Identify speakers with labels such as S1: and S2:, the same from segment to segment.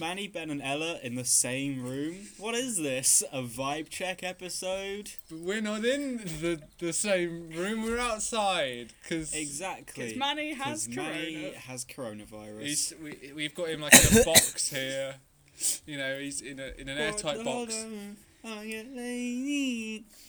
S1: Manny, Ben, and Ella in the same room. What is this? A vibe check episode?
S2: But we're not in the, the same room. We're outside because
S1: Exactly.
S3: Because Manny has
S1: 'Cause Manny
S3: corona.
S1: has coronavirus.
S2: he's we, we've got him like in a box here. You know, he's in a in an airtight box.
S1: The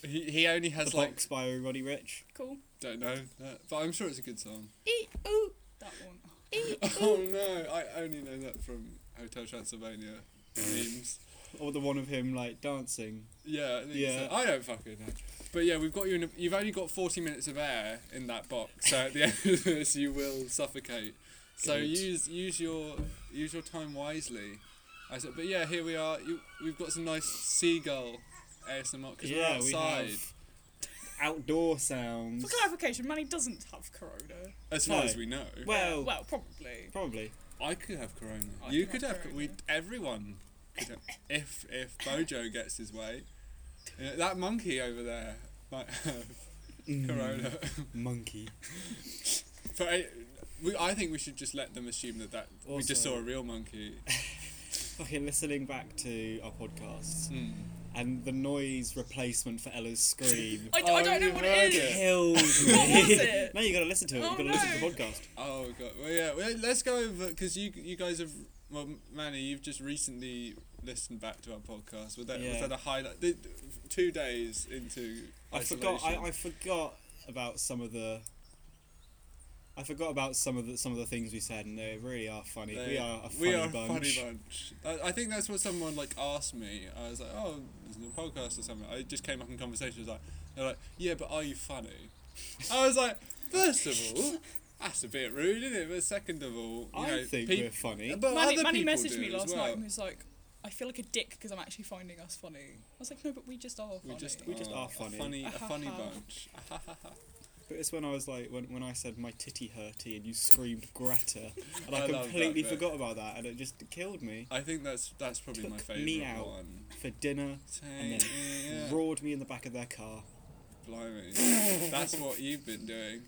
S2: He, he only has like
S1: box by Roddy Rich.
S3: Cool.
S2: don't know, that, but I'm sure it's a good song.
S3: Eat ooh. That one. Eat
S2: Oh no, I only know that from Hotel Transylvania memes.
S1: Or the one of him like dancing.
S2: Yeah, I think
S1: Yeah.
S2: so. I don't fucking know. But yeah, we've got you. In a, you've only got forty minutes of air in that box, so at the end of this, you will suffocate. So
S1: Good.
S2: use use your use your time wisely. I said, but yeah, here we are. You, we've got some nice seagull ASMR because we're
S1: Yeah, we
S2: outside.
S1: have outdoor sounds.
S3: For clarification, Manny doesn't have corona.
S2: As far
S1: No.
S2: as we know,
S1: Well,
S3: Well, probably.
S1: probably.
S2: I could have corona.
S3: I
S2: you could
S3: could have
S2: have. co- We
S3: corona.
S2: everyone. Could have, if if Bojo gets his way, Yeah, that monkey over there might have
S1: Mm.
S2: corona.
S1: Monkey.
S2: But I, we, I think we should just let them assume that, that we just
S1: Also-
S2: saw a real monkey.
S1: Fucking listening back to our podcasts
S2: Hmm.
S1: and the noise replacement for Ella's scream
S3: I,
S2: Oh,
S3: I don't know
S2: you've
S3: what
S2: heard
S3: it is.
S2: it.
S1: killed me.
S3: was it?
S1: no, you gotta listen to it.
S3: Oh,
S1: You've gotta listen to the podcast.
S2: Oh god. Well, yeah. Well, let's go over because you you guys have well, Manny, you've just recently listened back to our podcast. Was that was
S1: Yeah.
S2: that a highlight? Did, two days into.
S1: I forgot. I,
S2: isolation.
S1: I forgot about some of the. I forgot about some of the some of the things we said, and they really are funny.
S2: They-
S1: we are a funny
S2: we are a
S1: bunch.
S2: funny bunch. I, I think that's what someone like asked me. I was like, oh, there's no podcast or something. I just came up in conversation. I was like, they're like, yeah, but are you funny? I was like, first of all, that's a bit rude, isn't it? But second of all, you
S1: I
S2: know,
S1: think
S2: peop-
S1: we're funny.
S2: But
S3: Manny,
S2: other
S3: Manny
S2: people
S3: messaged
S2: do
S3: me
S2: as
S3: last
S2: well.
S3: night and was like, I feel like a dick because I'm actually finding us funny. I was like, no, but we just are funny.
S2: We just
S1: We just are funny.
S2: A funny, a funny
S3: Ah, ha, ha.
S2: bunch.
S1: But it's when I was like, when, when I said my titty hurty, and you screamed Greta, and I,
S2: I love that
S1: completely
S2: bit.
S1: forgot about that, and it just killed me
S2: I think that's that's probably my
S1: Took
S2: favorite
S1: me out.
S2: one.
S1: for dinner. And then
S2: Take me out.
S1: Roared me in the back of their car.
S2: Blimey, that's what you've been doing.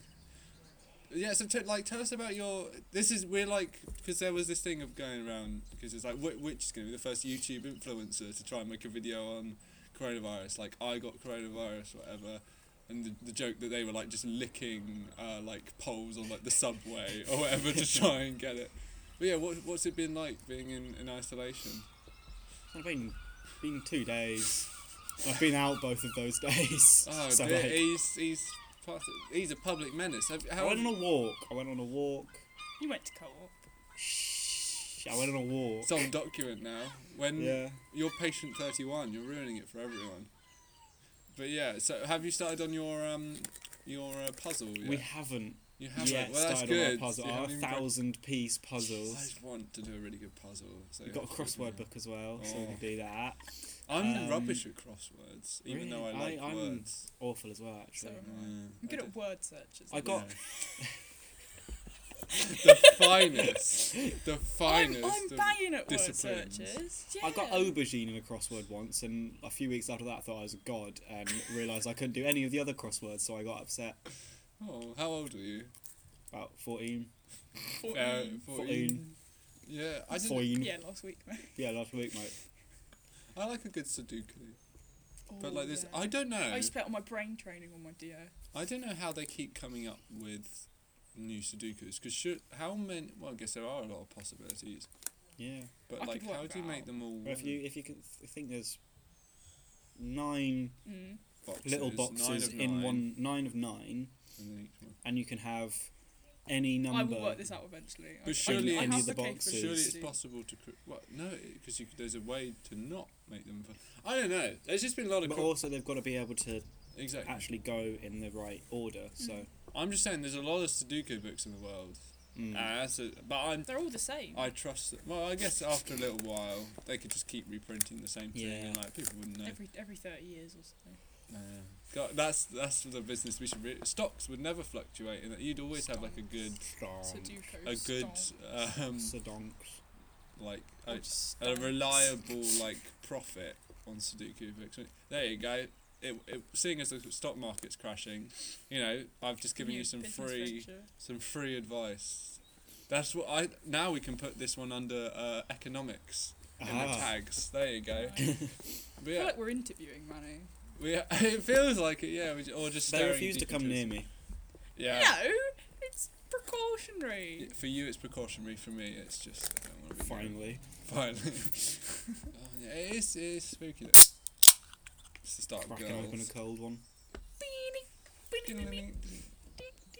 S2: Yeah, so t- like, tell us about your. This is we're like because there was this thing of going around because it's like wh- which is going to be the first YouTube influencer to try and make a video on coronavirus. Like I got coronavirus, whatever. And the, the joke that they were like just licking uh, like poles on like the subway or whatever to try and get it. But yeah, what, what's it been like being in, in isolation?
S1: I've been been two days. I've been out both of those days.
S2: Oh,
S1: so
S2: dear,
S1: like,
S2: he's he's part of- he's a public menace. Have,
S1: I
S2: how
S1: went on a walk. I went on a walk.
S3: You went to co-op.
S1: Shh, I went on a walk.
S2: It's on document now. When
S1: Yeah.
S2: you're patient 31, you're ruining it for everyone. But yeah, so have you started on your um your uh, puzzle? Yet?
S1: We haven't
S2: you haven't.
S1: yet
S2: well, that's
S1: started
S2: good.
S1: on our puzzle,
S2: You
S1: our
S2: haven't even got-
S1: thousand piece
S2: I
S1: puzzle.
S2: just want to do a really good puzzle. So
S1: We've got a
S2: hopefully we
S1: crossword
S2: can-
S1: book as well, so we
S2: Oh.
S1: can do that.
S2: I'm
S1: Um,
S2: rubbish at crosswords, even though I
S1: really?
S2: like
S1: I- I'm-
S2: words.
S1: Awful as well, actually.
S3: So-
S2: Yeah,
S3: I'm good
S2: I
S3: at word searches.
S1: I got
S2: don't- the finest, the
S3: I'm,
S2: finest.
S3: I'm
S2: of-
S3: banging at word
S2: disciplines.
S3: searches.
S1: I got
S3: yeah.
S1: aubergine in a crossword once, and a few weeks after that, I thought I was a god and realised I couldn't do any of the other crosswords, so I got upset.
S2: oh, how old are you?
S1: About 14.
S2: Uh,
S3: 14.
S1: 14.
S2: Yeah, I didn't.
S1: 14.
S3: yeah, last week. mate.
S1: Yeah, last week, mate.
S2: I like a good Sudoku. But
S3: Oh,
S2: like this,
S3: yeah.
S2: I don't know.
S3: I used to play it on my brain training on my DO.
S2: I don't know how they keep coming up with new Sudokus because should how many? Well, I guess there are a lot of possibilities,
S1: Yeah.
S2: but
S3: I
S2: like,
S3: could work
S2: how do you
S3: that
S2: make
S3: out.
S2: them all?
S1: Well, if you if you can th- think there's nine
S3: Mm.
S2: boxes,
S1: little
S2: nine
S1: boxes
S2: of
S1: in
S2: nine,
S1: one nine of nine,
S2: and then each one-
S1: and you can have any
S3: I
S1: number.
S3: will work this out eventually. I-
S2: But surely
S3: I, I
S2: any
S3: have
S2: of
S1: the
S3: capability
S1: boxes-
S2: Surely it's
S3: to-
S2: possible to. Cr- well, no, because there's a way to not make them. fu- I don't know. There's just been a lot of.
S1: But
S2: cro-
S1: also, they've got to be able to
S2: exactly.
S1: actually go in the right order. So,
S3: Mm-hmm.
S2: I'm just saying, there's a lot of Sudoku books in the world.
S1: mm.
S2: Ah, that's a, but I'm
S3: They're all the same.
S2: I trust that. Well, I guess after a little while, they could just keep reprinting the same thing, and
S1: Yeah.
S2: like people wouldn't know.
S3: every every thirty years or so.
S2: Yeah. God, that's that's the business we should. Re- stocks would never fluctuate, and you'd always have like a good,
S3: Sudoku.
S2: a good,
S3: stomp.
S2: um,
S1: Sedonks.
S2: like
S3: Or
S2: a,
S3: just
S2: a
S3: stomps.
S2: reliable like profit on Sudoku books. There you go. It, it, seeing as the stock market's crashing, you know, I've just given
S3: New
S2: you some
S3: business
S2: free
S3: venture.
S2: some free advice. That's what I now we can put this one under uh, economics in the
S1: Ah.
S2: tags. There you go. But
S3: I feel
S2: uh, yeah,
S3: like we're interviewing Manu.
S2: we, it feels like it. Yeah, we, j- or just
S1: They
S2: staring
S1: refuse to
S2: deep
S1: come
S2: into
S1: near
S2: his-
S1: me.
S2: Yeah.
S3: No, it's precautionary.
S2: For you, it's precautionary. For me, it's just I don't want to be near
S1: Finally,
S2: Fine. oh, yeah, it is, it is spooky though. It's the start of
S1: cracking open
S2: girls.
S1: a cold one.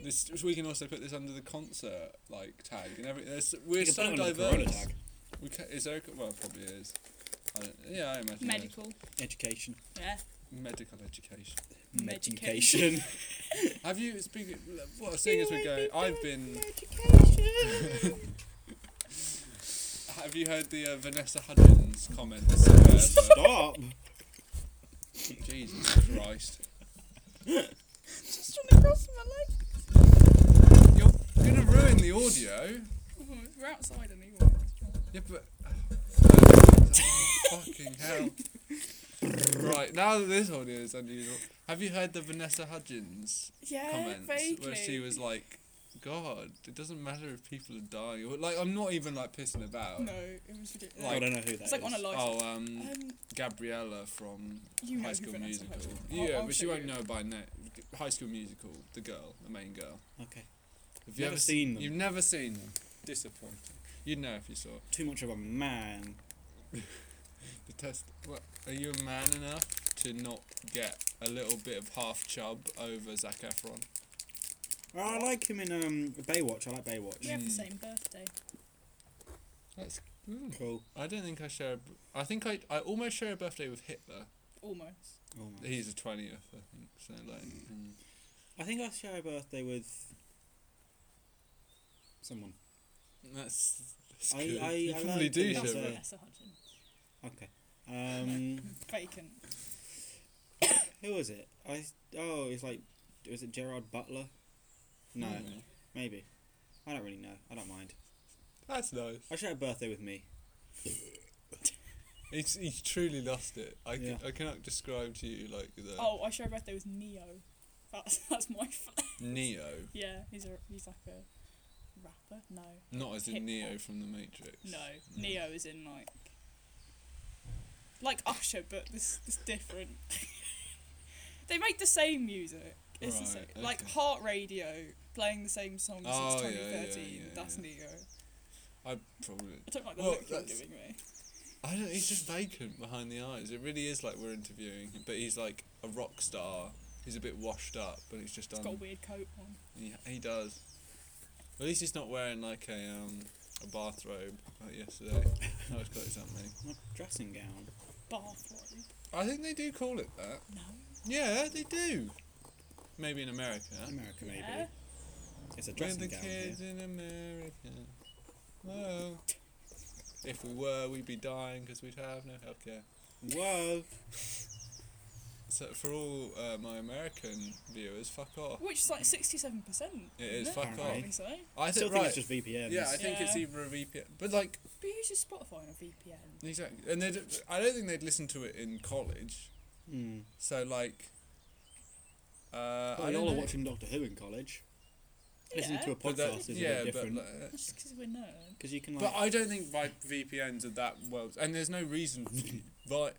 S2: This we can also put this under the concert like tag and everything. There's, we're
S1: You can put
S2: so
S1: it under the Corona
S2: diverse.
S1: tag.
S2: We ca- is there a, co- well, it probably is. I don't, yeah, I imagine. there is.
S3: Medical.
S1: Education.
S3: Yeah.
S2: Medical education.
S3: Medication.
S1: Medication.
S2: Have you speaking? Well, seeing as we're going, I've been. Have you heard the uh, Vanessa Hudgens comments? Uh,
S1: Stop.
S2: but- Jesus Christ!
S3: Just on the cross of my leg.
S2: You're gonna ruin the audio.
S3: Oh, we're outside anyway.
S2: Yeah, but. fucking hell. right, now that this audio is unusual, have you heard the Vanessa Hudgens
S3: Yeah,
S2: comments?
S3: vaguely.
S2: Where she was like, God, it doesn't matter if people are dying. Or, like, I'm not even, like, pissing about.
S3: No, it was ridiculous.
S1: I
S2: Like-
S1: don't know who that
S3: it's like on a
S1: is.
S3: live.
S2: Oh, um,
S3: Um,
S2: Gabriella from
S3: you know
S2: High
S3: who
S2: School
S3: Vanessa
S2: Musical.
S3: Hudgens is. I'll-
S2: Yeah,
S3: I'll
S2: but she
S3: show
S2: won't
S3: you.
S2: know by name. High School Musical, the girl, the main girl.
S1: Okay.
S2: Have you
S1: Never
S2: ever
S1: seen them.
S2: You've never seen them. Disappointing. You'd know if you saw.
S1: Too much of a man.
S2: The test. Well, are you a man enough to not get a little bit of half chub over Zac Efron?
S1: Oh, I like him in um, Baywatch. I like Baywatch.
S3: We have
S2: Mm.
S3: the same birthday.
S2: That's.
S1: Cool.
S2: I don't think I share. a b- I think I. I almost share a birthday with Hitler.
S3: Almost.
S1: Oh, nice.
S2: He's a twentieth, I think. So like.
S1: Hmm.
S2: mm.
S1: I think I share a birthday with someone.
S2: That's. that's
S1: I-
S2: good.
S1: I-
S2: you
S1: I
S2: probably
S1: like
S2: do
S1: the
S3: Not
S2: share. a
S1: birthday.
S2: birth-
S3: Vanessa Hudgens.
S1: Okay. Um,
S3: Vacant.
S1: who was it? I oh, it's like was it Gerard Butler? No,
S3: Hmm.
S2: Mm.
S1: maybe. I don't really know. I don't mind.
S2: That's nice.
S1: I share a birthday with me.
S2: He's, he's truly lost it. I, c-
S1: Yeah.
S2: I cannot describe to you like the
S3: Oh, I share a birthday with Neo. That's that's my. F-
S2: Neo,
S3: yeah, he's a he's like a rapper. No,
S2: not as in
S3: Hip-hop.
S2: Neo from the Matrix.
S3: no. Neo is in like like Usher, but this this different. they make the same music. It's the same.
S2: Right,
S3: Like
S2: okay.
S3: Heart Radio playing the same song
S2: Oh, yeah,
S3: since
S2: yeah,
S3: 2013.
S2: yeah,
S3: That's
S2: yeah.
S3: Neo.
S2: I probably
S3: I don't like the
S2: Well,
S3: look you're
S2: that's-
S3: giving me.
S2: I don't. He's just vacant behind the eyes. It really is like we're interviewing him, but he's like a rock star. He's a bit washed up, but he's just
S3: He's
S2: done.
S3: got a weird coat on.
S2: he, he does. At least he's not wearing like a um a bathrobe like yesterday. that was quite something.
S1: My dressing gown.
S3: Bathrobe.
S2: I think they do call it that.
S3: No.
S2: Yeah, they do. Maybe in America.
S1: America maybe.
S3: Yeah.
S1: It's a
S2: We're
S1: dressing
S2: the
S1: gown. here.
S2: kids in America. Whoa. If we were, we'd be dying because we'd have no healthcare.
S1: Whoa.
S2: So for all uh, my American viewers, fuck off.
S3: Which is like 67%. isn't
S2: It is
S3: it?
S2: fuck
S1: Alright.
S2: off.
S1: Right.
S3: think so.
S2: I
S1: I still
S2: think
S1: think
S2: right.
S1: it's just VPNs.
S2: yeah, I think it's
S3: Yeah.
S2: either a VPN, but like
S3: But who uses Spotify on a VPN?
S2: exactly, and they I don't think they'd listen to it in college.
S1: Hmm.
S2: So like, uh,
S1: Well,
S2: I
S1: we
S2: don't
S1: all are
S2: know.
S1: watching Doctor Who in college. Listening
S3: Yeah.
S1: to a
S2: But that-
S1: podcast is
S2: yeah,
S1: a bit
S2: but
S1: different
S2: like,
S3: That's just because we're nerds.
S1: because you can like.
S2: but I don't think like VPNs are that well, and there's no reason for like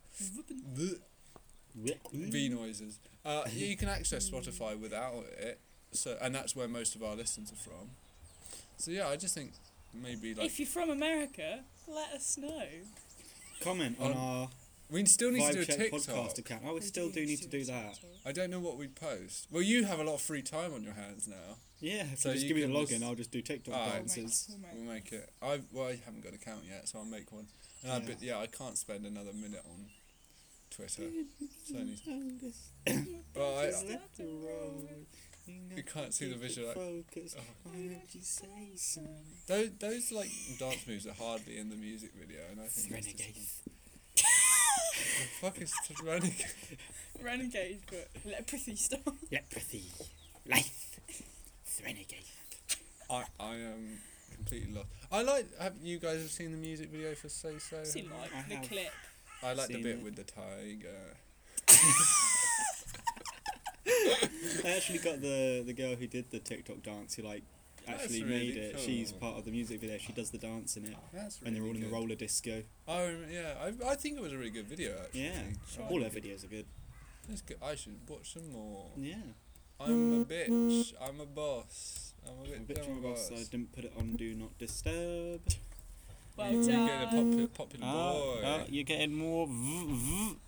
S2: V noises. Uh, you can access Spotify without it, so and that's where most of our listens are from. So yeah, I just think maybe like
S3: if you're from America, let us know.
S1: comment on
S2: on
S1: our
S2: we still need to do a
S1: Vibe Check
S2: TikTok.
S1: podcast account. Oh, we
S3: We
S1: still do need to do
S3: a
S1: that.
S3: TikTok.
S2: I don't know what we'd post. Well, you have a lot of free time on your hands now.
S1: Yeah, if
S2: So
S1: you just
S2: you
S1: give me the
S2: can
S1: login,
S2: just-
S1: I'll just do TikTok
S2: Alright.
S3: We'll make-
S1: dances.
S3: we'll make-
S2: We'll make it. I well, I haven't got an account yet, so I'll make one. And I,
S1: Yeah.
S2: but yeah, I can't spend another minute on Twitter. so I need- well, I,
S1: Just let the road-
S2: You can't see the visual-
S1: Focus.
S2: Oh.
S1: Why don't you say so?
S2: those, those like dance moves are hardly in the music video, and I think that's
S1: Renegade.
S2: The fuck is Renegade?
S3: Renegade, but leprosy style.
S1: Leprosy. Life. Renegade.
S2: I I am completely lost. I like. Have you guys have seen the music video for Say So?
S3: See, like
S1: I
S3: the
S1: have.
S3: clip.
S2: I like the
S1: Seen
S2: bit
S1: it.
S2: with the tiger.
S1: I actually got the the girl who did the TikTok dance who like
S2: That's
S1: actually
S2: really
S1: made it.
S2: cool.
S1: She's part of the music video. She does the dance in it,
S2: That's
S1: and
S2: really
S1: they're all in
S2: good.
S1: the roller disco.
S2: Oh yeah, I, I think it was a really good video actually.
S1: Yeah,
S2: Oh,
S3: Sure.
S1: all her videos are good.
S2: That's good. I should watch some more.
S1: Yeah,
S2: I'm a bitch. I'm a boss. Mm-hmm. I'm a
S1: I
S2: bit
S1: bet
S2: dumb
S1: you boss. I didn't put it on Do Not Disturb.
S3: Well
S2: you get a
S3: done.
S2: popular, popular
S1: Oh,
S2: boy.
S1: oh, you're getting more. v- v-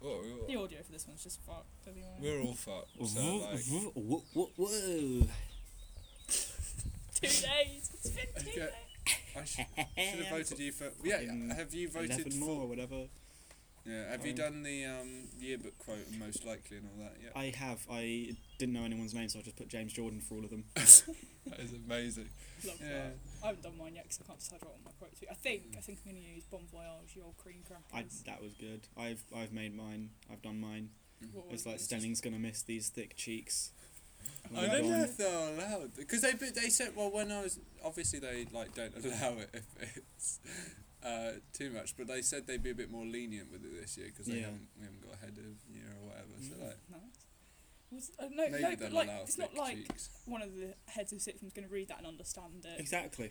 S2: Oh, we're all-
S3: The audio for this one's just fucked. Anyway.
S2: we're all fucked. So
S1: v-
S2: like,
S1: v- wo- wo- whoa.
S3: Two days. It's been two
S2: Okay.
S3: days.
S2: I should, should have voted you for. Yeah,
S1: Fucking
S2: have you voted
S1: Eleven
S2: for?
S1: more or whatever.
S2: Yeah, have you
S1: Um,
S2: done the um, yearbook quote and most likely and all that yet?
S1: I have. I didn't know anyone's name, so I just put James Jordan for all of them.
S2: That is amazing.
S3: Love
S2: Yeah.
S3: that. I haven't done mine yet because I can't decide what my quote to be. I think I think I'm going to use Bon Voyage, your cream
S1: I,
S3: crackers.
S1: that was good. I've I've made mine. I've done mine.
S3: What
S2: Oh,
S3: was
S1: It's like
S3: it?
S1: Stenning's gonna miss these thick cheeks.
S2: I
S1: Moved
S2: don't know
S1: on.
S2: if they're allowed because they but they said well when I was obviously they like don't allow it if it's uh, too much but they said they'd be a bit more lenient with it this year because they
S1: Yeah. Mm.
S2: haven't we haven't got ahead of year or whatever so like
S3: Nice. Was, uh, no,
S2: maybe
S3: no,
S2: they'll
S3: but like
S2: allow
S3: it's
S2: thick
S3: not like
S2: cheeks.
S3: one of the heads of Sitcom's going to read that and understand it.
S1: Exactly.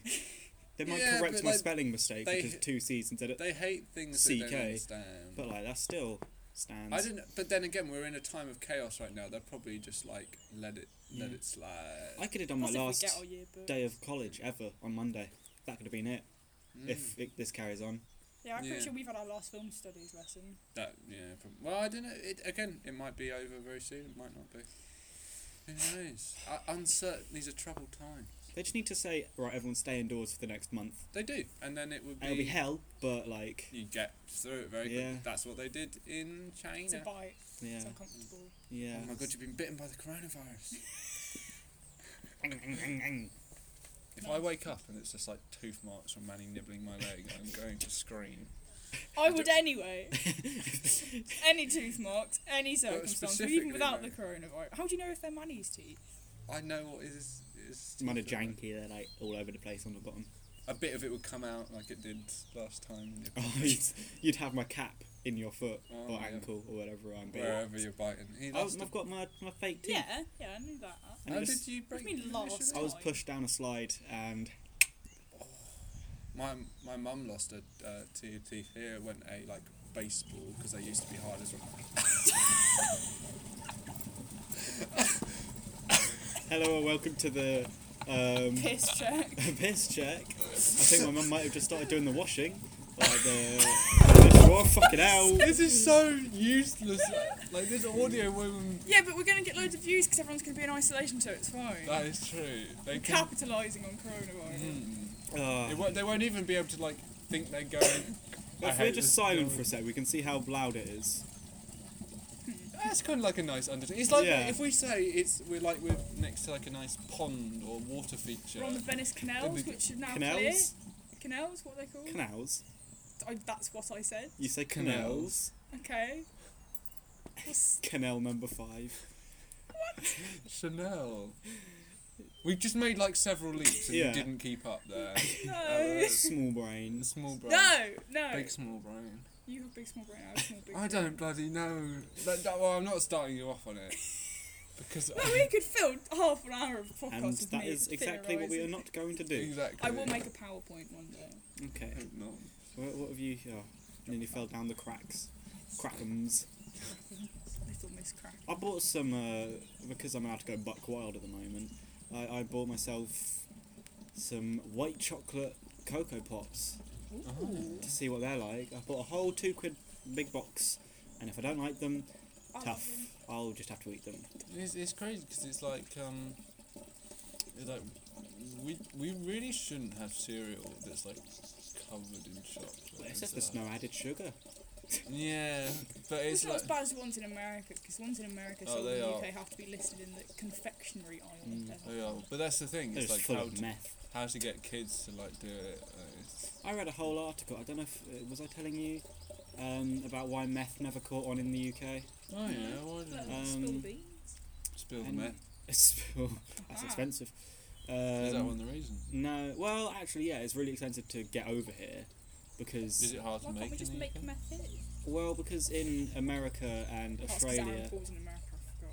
S1: They might
S2: Yeah,
S1: correct
S2: but,
S1: my
S2: like,
S1: spelling mistake,
S2: they-
S1: which is two C's instead of.
S2: They hate things they
S1: CK,
S2: don't understand.
S1: But like that still stands.
S2: I didn't. But then again, we're in a time of chaos right now. They're probably just like let it let
S1: Yeah.
S2: it slide.
S1: I could have done
S3: That's
S1: my
S3: if we
S1: last
S3: get our yearbook.
S1: day of college ever on Monday. That could have been it
S2: Mm.
S1: if it, this carries on.
S3: Yeah, I'm
S2: Yeah.
S3: pretty sure we've had our last film studies lesson.
S2: that yeah. prob- well, I don't know. It again. It might be over very soon. It might not be. Who knows? uh, uncertain. These are troubled times.
S1: They just need to say, right, everyone stay indoors for the next month.
S2: They do, and then it would be.
S1: It'll be hell, but like,
S2: You get through it very
S1: Yeah.
S2: quick. That's what they did in
S3: It's
S2: China.
S3: a bite.
S1: yeah,
S3: It's uncomfortable.
S1: yeah.
S2: Oh my god! You've been bitten by the coronavirus. if I wake up and it's just like tooth marks from Manny nibbling my leg, I'm going to scream.
S3: I would anyway. any tooth marks, any circumstance,
S2: specifically,
S3: even without
S2: mate.
S3: the coronavirus. How do you know if they're Manny's teeth?
S2: I know what is is.
S1: Mine are janky. They're like all over the place on the bottom.
S2: A bit of it would come out like it did last time. in your
S1: Oh, you'd, you'd have my cap in your foot
S2: Oh,
S1: or
S2: yeah.
S1: ankle or whatever I'm being.
S2: wherever you're biting. He
S1: Oh,
S2: lost
S1: I've got my, my fake teeth.
S3: Yeah, yeah, I knew that.
S1: And
S2: How
S1: it was-
S2: did you break?
S3: do you mean
S2: it
S3: lost?
S2: initially?
S1: I was
S3: die?
S1: pushed down a slide and
S2: My my mum lost a uh, two teeth here when a like baseball because they used to be hard as well.
S1: hello and welcome to the um,
S3: Piss check.
S1: piss check. I think my mum might have just started doing the washing. Like the oh, fucking hell.
S2: This is so useless. uh, like this audio woman.
S3: Yeah, but we're going to get loads of views because everyone's going to be in isolation, so it's fine.
S2: That Mm. is true. They can.
S3: Capitalising on coronavirus.
S1: Ah.
S2: They won't, they won't even be able to like think they're going. I
S1: if
S2: hate
S1: we're
S2: this
S1: just silent
S2: noise.
S1: for a sec, we can see how loud it is.
S2: That's kind of like a nice undertone. It's like
S1: Yeah.
S2: if we say it's we're like we're next to like a nice pond or water feature.
S3: We're on the Venice canals,
S2: Didn't we-
S3: which are now clear.
S1: Canals?
S3: Canals, what are they called?
S1: Canals?
S3: I, that's what I said.
S1: You say canals?
S3: Okay. What's-
S1: Canal number five.
S2: Chanel. We just made like several leaps and
S1: Yeah.
S2: you didn't keep up there.
S3: No.
S2: Uh,
S1: Small brains.
S2: small brain.
S3: No, no.
S2: Big small brain.
S3: You have big small brain. I have small big.
S2: I
S3: brain.
S2: don't bloody know. That, that- well, I'm not starting you off on it. Because.
S3: No, we could fill half an hour of podcast
S1: And
S3: with
S1: that
S3: me
S1: is exactly what we are
S3: theorising.
S1: not going to do.
S2: exactly.
S3: I will make a PowerPoint one day.
S1: Okay.
S2: Hope not.
S1: What, what have you? Oh, nearly fell down the cracks. Crackums.
S3: Little Miss Crack.
S1: I bought some uh, because I'm allowed to go buck wild at the moment. I, I bought myself some white chocolate cocoa pops
S2: Oh.
S1: to see what they're like. I bought a whole two quid big box, and if I don't like them,
S3: I'll
S1: tough.
S3: have them.
S1: I'll just have to eat them.
S2: It's, it's crazy because it's like. um, it's like we, we really shouldn't have cereal that's like covered in chocolate. and
S1: It's just there's
S2: stuff.
S1: no added sugar.
S2: Yeah, but it's
S3: It's, not
S2: like.
S3: as bad as the ones in America because the ones in America
S2: Oh,
S3: sold in
S2: they
S3: the
S2: are.
S3: UK have to be listed in the confectionery aisle. or
S1: Mm.
S3: whatever.
S2: They are, but that's the thing.
S1: They're
S2: It's
S1: just
S2: like
S1: full
S2: how
S1: of
S2: to,
S1: meth.
S2: how to get kids to like do it. Like, it's-
S1: I read a whole article. I don't know if uh, was I telling you um, about why meth never caught on in the UK.
S2: oh yeah, why
S3: Let
S1: Uh,
S2: did
S3: them spill the
S1: Um,
S3: beans.
S2: spill the
S1: and-
S2: meth?
S1: It's that's
S3: Ah.
S1: expensive. Um,
S2: Is that one of the reasons?
S1: No, well, actually, yeah, it's really expensive to get over here
S2: Is
S1: because,
S2: it hard
S3: Why
S2: to make?
S3: can't we
S2: in
S3: just
S2: the
S3: make
S2: UK?
S3: meth here?
S1: well, because in America and
S3: That's 'cause Aaron
S1: Australia
S3: Paul's in America.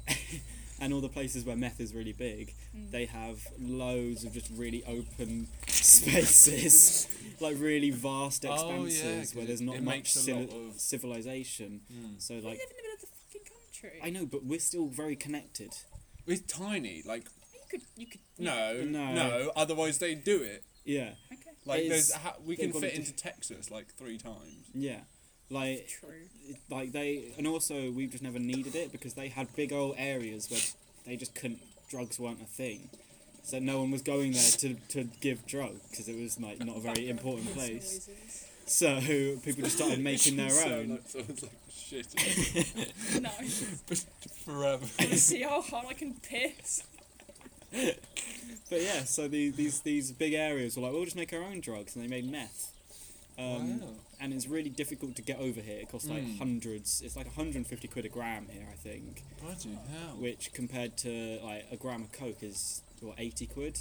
S3: I forgot.
S1: and all the places where meth is really big,
S3: Mm.
S1: they have loads of just really open spaces, like really vast
S2: Oh, yeah,
S1: expanses
S2: 'cause
S1: where
S2: it-
S1: there's not
S2: it
S1: much
S2: makes a
S1: civil-
S2: lot of-
S1: civilization.
S2: Mm.
S1: So
S3: we
S1: like,
S3: live in the middle of the fucking country.
S1: I know, but we're still very connected.
S2: It's tiny. Like
S3: You could, you could.
S2: no, no,
S1: No.
S2: Otherwise, they do it.
S1: Yeah,
S3: Okay.
S2: Like
S1: It's-
S2: there's ha- we
S1: they've
S2: can
S1: got
S2: fit
S1: a
S2: into Texas like three times.
S1: yeah, like
S3: True.
S1: it- like they and also we just never needed it because they had big old areas where they just couldn't drugs weren't a thing so no one was going there to, to give drugs because it was like not a very important place so people just started making their
S2: Sound
S1: own
S2: Like, sounds like shit.
S3: no.
S2: But forever.
S3: I see how hard I can piss.
S1: but yeah so the, these these big areas were like we'll just make our own drugs and they made meth um,
S2: Wow.
S1: and it's really difficult to get over here it costs like
S2: Mm.
S1: hundreds it's like 150 quid a gram here i think
S2: Bloody hell.
S1: which compared to like a gram of coke is what 80 quid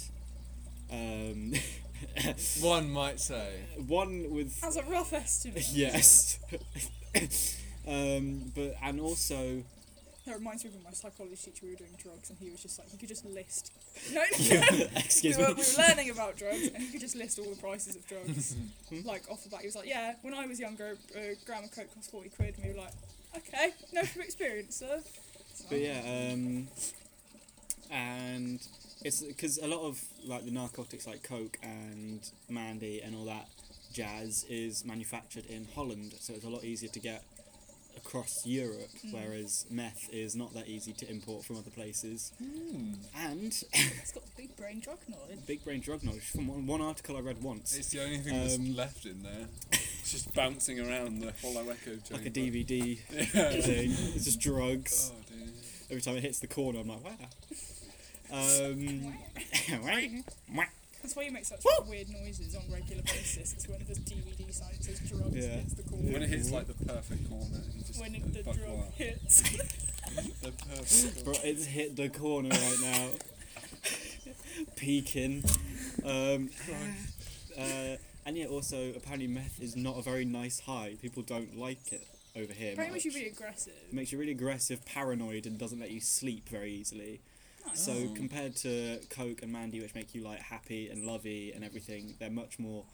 S1: um
S2: One might say.
S1: one with
S3: That's a rough estimate.
S1: yes um but and also
S3: That reminds me of when my psychology teacher, we were doing drugs, and he was just like, you could just list. No, no. we,
S1: excuse
S3: were, we
S1: me
S3: were learning about drugs, and you could just list all the prices of drugs. like, off the bat, he was like, yeah, when I was younger, a gram of coke cost 40 quid, and we were like, okay, no from experience, sir. So,
S1: but yeah um and it's because a lot of like the narcotics like coke and mandy and all that jazz is manufactured in holland so it's a lot easier to get across europe
S3: Mm.
S1: whereas meth is not that easy to import from other places
S2: Hmm.
S1: and
S3: It's got big brain drug knowledge.
S1: big brain drug knowledge from one, one article I read once,
S2: It's the only thing that's
S1: Um,
S2: left in there. It's just bouncing around the hollow echo chamber.
S1: like a DVD
S2: Yeah.
S1: thing. It's just drugs.
S2: oh dear.
S1: Every time it hits the corner, I'm like, wow. Um, wah.
S3: That's why you make such weird noises on a regular basis. It's when the DVD sign says drugs
S1: Yeah.
S3: hits the corner.
S2: When it hits like the perfect corner, you just
S3: When
S2: uh,
S3: it, the
S2: fuck
S3: drug
S2: wild.
S3: hits.
S2: The perfect.
S1: Bro,
S2: corner.
S1: it's hit the corner right now. Peaking. Um, uh, and yeah, also apparently meth is not a very nice high. People don't like it over here.
S3: Pretty
S1: much.
S3: much you be aggressive.
S1: It makes you really aggressive, paranoid, and doesn't let you sleep very easily.
S3: Nice.
S1: So
S2: Oh.
S1: compared to Coke and Mandy, which make you like happy and lovey and everything, they're much more.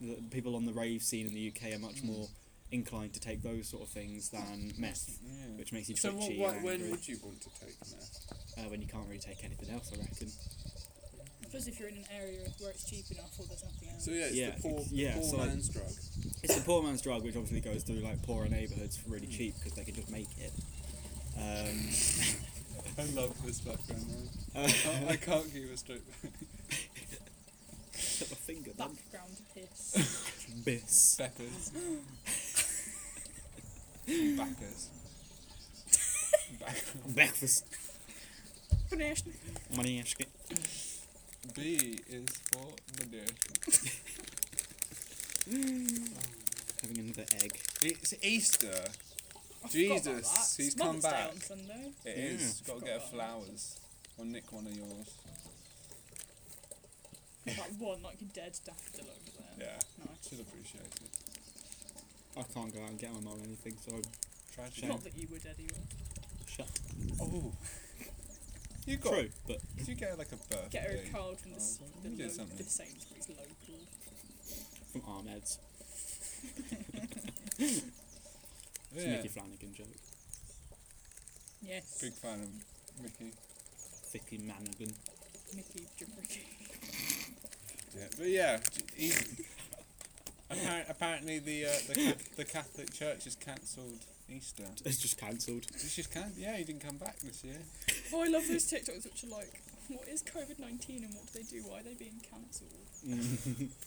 S1: The people on the rave scene in the UK are much
S2: Mm.
S1: more inclined to take those sort of things than meth,
S2: Yeah.
S1: which makes you
S2: So
S1: twitchy.
S2: what,
S1: and
S2: what, when
S1: angry,
S2: would you want to take that?
S1: uh, when you can't really take anything else, I reckon.
S3: Plus, if you're in an area where it's cheap enough or there's nothing else.
S2: So yeah, it's
S1: Yeah,
S2: the poor,
S1: it's- yeah,
S2: poor
S1: so, like-
S2: man's drug.
S1: It's the poor man's drug, which obviously goes through like poorer neighbourhoods for really
S2: Mm.
S1: cheap because they can just make it. Um,
S2: I love this background. Right?
S1: uh,
S2: I, I can't keep a straight.
S1: my finger, that
S3: Background piss.
S1: biss.
S2: Beppers. Backers. Back-
S1: Breakfast,
S3: Finished.
S1: money, asking.
S2: B is for Madeira.
S1: Having another egg.
S2: It's Easter.
S3: I forgot
S2: Jesus,
S3: about that.
S2: he's
S3: It's
S2: come
S3: Mother's Day
S2: back.
S3: on Sunday.
S2: It
S1: Yeah.
S2: is. Got to get a
S3: Forgot
S2: flowers. Or nick one of yours.
S3: Like one, like a dead daffodil over there.
S2: Yeah.
S3: Nice.
S2: Should appreciate it.
S1: I can't go out and get my mum anything, so I'm
S2: Try to.
S1: Shame.
S3: Not that you would anyway.
S1: shut.
S2: Oh. You got.
S1: True, but
S2: Did you get like a birthday?
S3: Get her a card from the, s-
S2: Oh,
S3: the,
S2: we did
S3: lo-
S2: something.
S3: the Sainsbury's local.
S1: from Ahmed's. It's a
S2: Yeah.
S1: Mickey Flanagan joke.
S3: Yes.
S2: Big fan of Mickey.
S1: Vicky Manigan.
S3: Mickey Jabricki.
S2: Yeah. But yeah. j- He, apparent, apparently the uh, the, Cath- the Catholic Church has cancelled Easter.
S1: It's just cancelled.
S2: It's just can Yeah, he didn't come back this year.
S3: Oh, I love those TikToks which are like, what is COVID 19 and what do they do? Why are they being cancelled? Mm.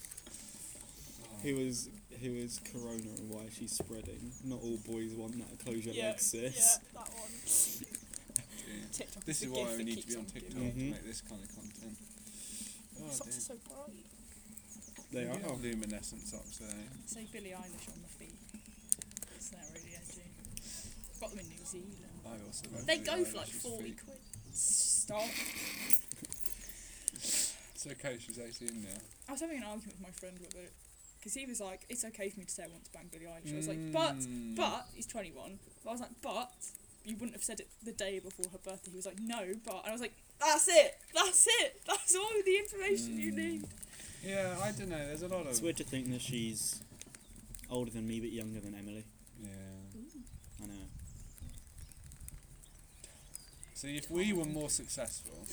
S2: Oh,
S1: who is who is Corona and why she's spreading? Not all boys want that. Close your legs, sis.
S3: yeah, that one.
S2: Dear.
S3: TikTok
S2: This
S3: the
S2: is why
S3: gift
S2: we
S3: that
S2: need to
S3: keeps
S2: be on
S3: giving.
S2: TikTok to
S1: Mhm.
S2: make this kind of content. Oh,
S3: Socks
S2: dear.
S3: are so bright.
S1: They
S2: Yeah,
S1: are.
S2: luminescent socks. There.
S3: Say Billie Eilish on the feet. It's not really edgy. Got them in New Zealand.
S2: I also love
S3: They
S2: Billie
S3: go for like
S2: Eilish's
S3: 40
S2: feet.
S3: quid. Stop.
S2: It's okay. She's 18 now.
S3: I was having an argument with my friend with it. Because he was like, it's okay for me to say I want to bang Billie Eilish. I was like, but,
S2: Mm.
S3: but, he's 21. I was like, but, you wouldn't have said it the day before her birthday. He was like, no, but. And I was like, that's it. That's it. That's all the information you
S2: Mm.
S3: need.
S2: Yeah, I don't know. There's a lot
S1: It's
S2: of.
S1: weird to think that she's older than me but younger than Emily.
S2: Yeah.
S1: I know.
S2: So if we were more successful,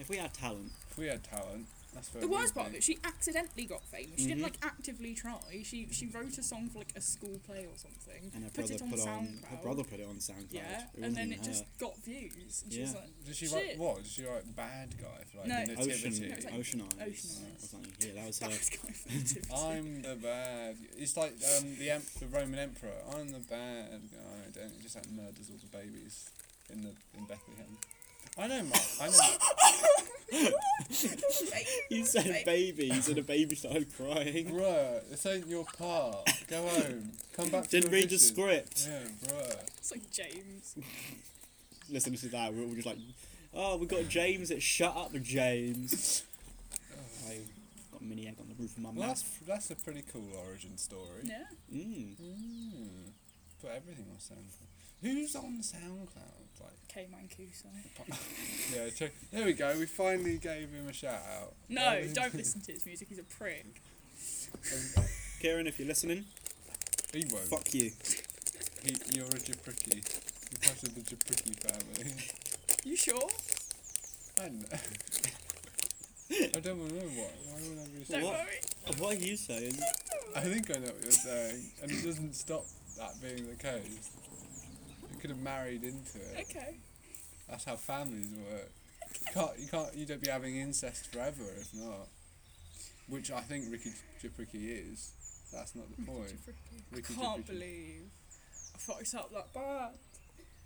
S1: If we had talent,
S2: if we had talent, that's where
S3: The
S2: we'd
S3: worst part of
S2: be.
S3: it, she accidentally got famous. She didn't
S1: Mhm.
S3: like actively try. She she wrote a song for like a school play or something.
S1: and her
S3: put
S1: brother
S3: it on
S1: put on
S3: SoundCloud.
S1: her brother put it on SoundCloud.
S3: yeah,
S1: it
S3: and
S1: wasn't
S3: then
S1: even
S3: it
S1: her.
S3: just got views, and she was
S1: Yeah.
S3: like,
S2: Did she write
S3: Shit.
S2: what? Did she write bad guy for like
S3: No.
S2: the
S1: Ocean,
S2: nativity?
S3: No, it's like-
S1: Ocean Eyes.
S3: Ocean Eyes.
S1: Or something. Yeah, that was her.
S3: "That's kind of offensive."
S2: I'm the bad. It's like um, the em- the Roman emperor. I'm the bad guy. And he just like murders all the babies in the in Bethlehem. I know, Mark. I know.
S1: You said babies, and a baby started crying.
S2: bruh, this ain't your part. Go home. Come back. to
S1: Didn't
S2: your
S1: read the
S2: mission.
S1: script.
S2: Yeah, bruh.
S3: It's like James.
S1: Listen to that. We're all just like, oh, we got James. It shut up, James. I got a mini egg on the roof of my
S2: Well, that's
S1: mouth.
S2: that's a pretty cool origin story.
S3: Yeah.
S1: Mm.
S2: Mm. Put everything on SoundCloud. Who's on SoundCloud? Like,
S3: K Mancuso.
S2: yeah, check. There we go. We finally gave him a shout out.
S3: No, don't listen to his music. He's a prick.
S1: Kieran, if you're listening,
S2: He won't.
S1: fuck you.
S2: He, you're a Jabricki. You're part of the Jabricki family.
S3: You sure?
S2: I don't know. I don't know what. Why would I be
S3: Don't
S1: What?
S3: worry.
S1: What are you saying?
S2: I think I know what you're saying, and it doesn't stop that being the case. You could have married into it.
S3: Okay.
S2: That's how families work. You can't, you can't, you don't be having incest forever if not. Which I think Ricky Jabricki is. That's not the point.
S3: I
S2: Ricky
S3: can't
S2: Jabricki.
S3: believe I fucked up that bad.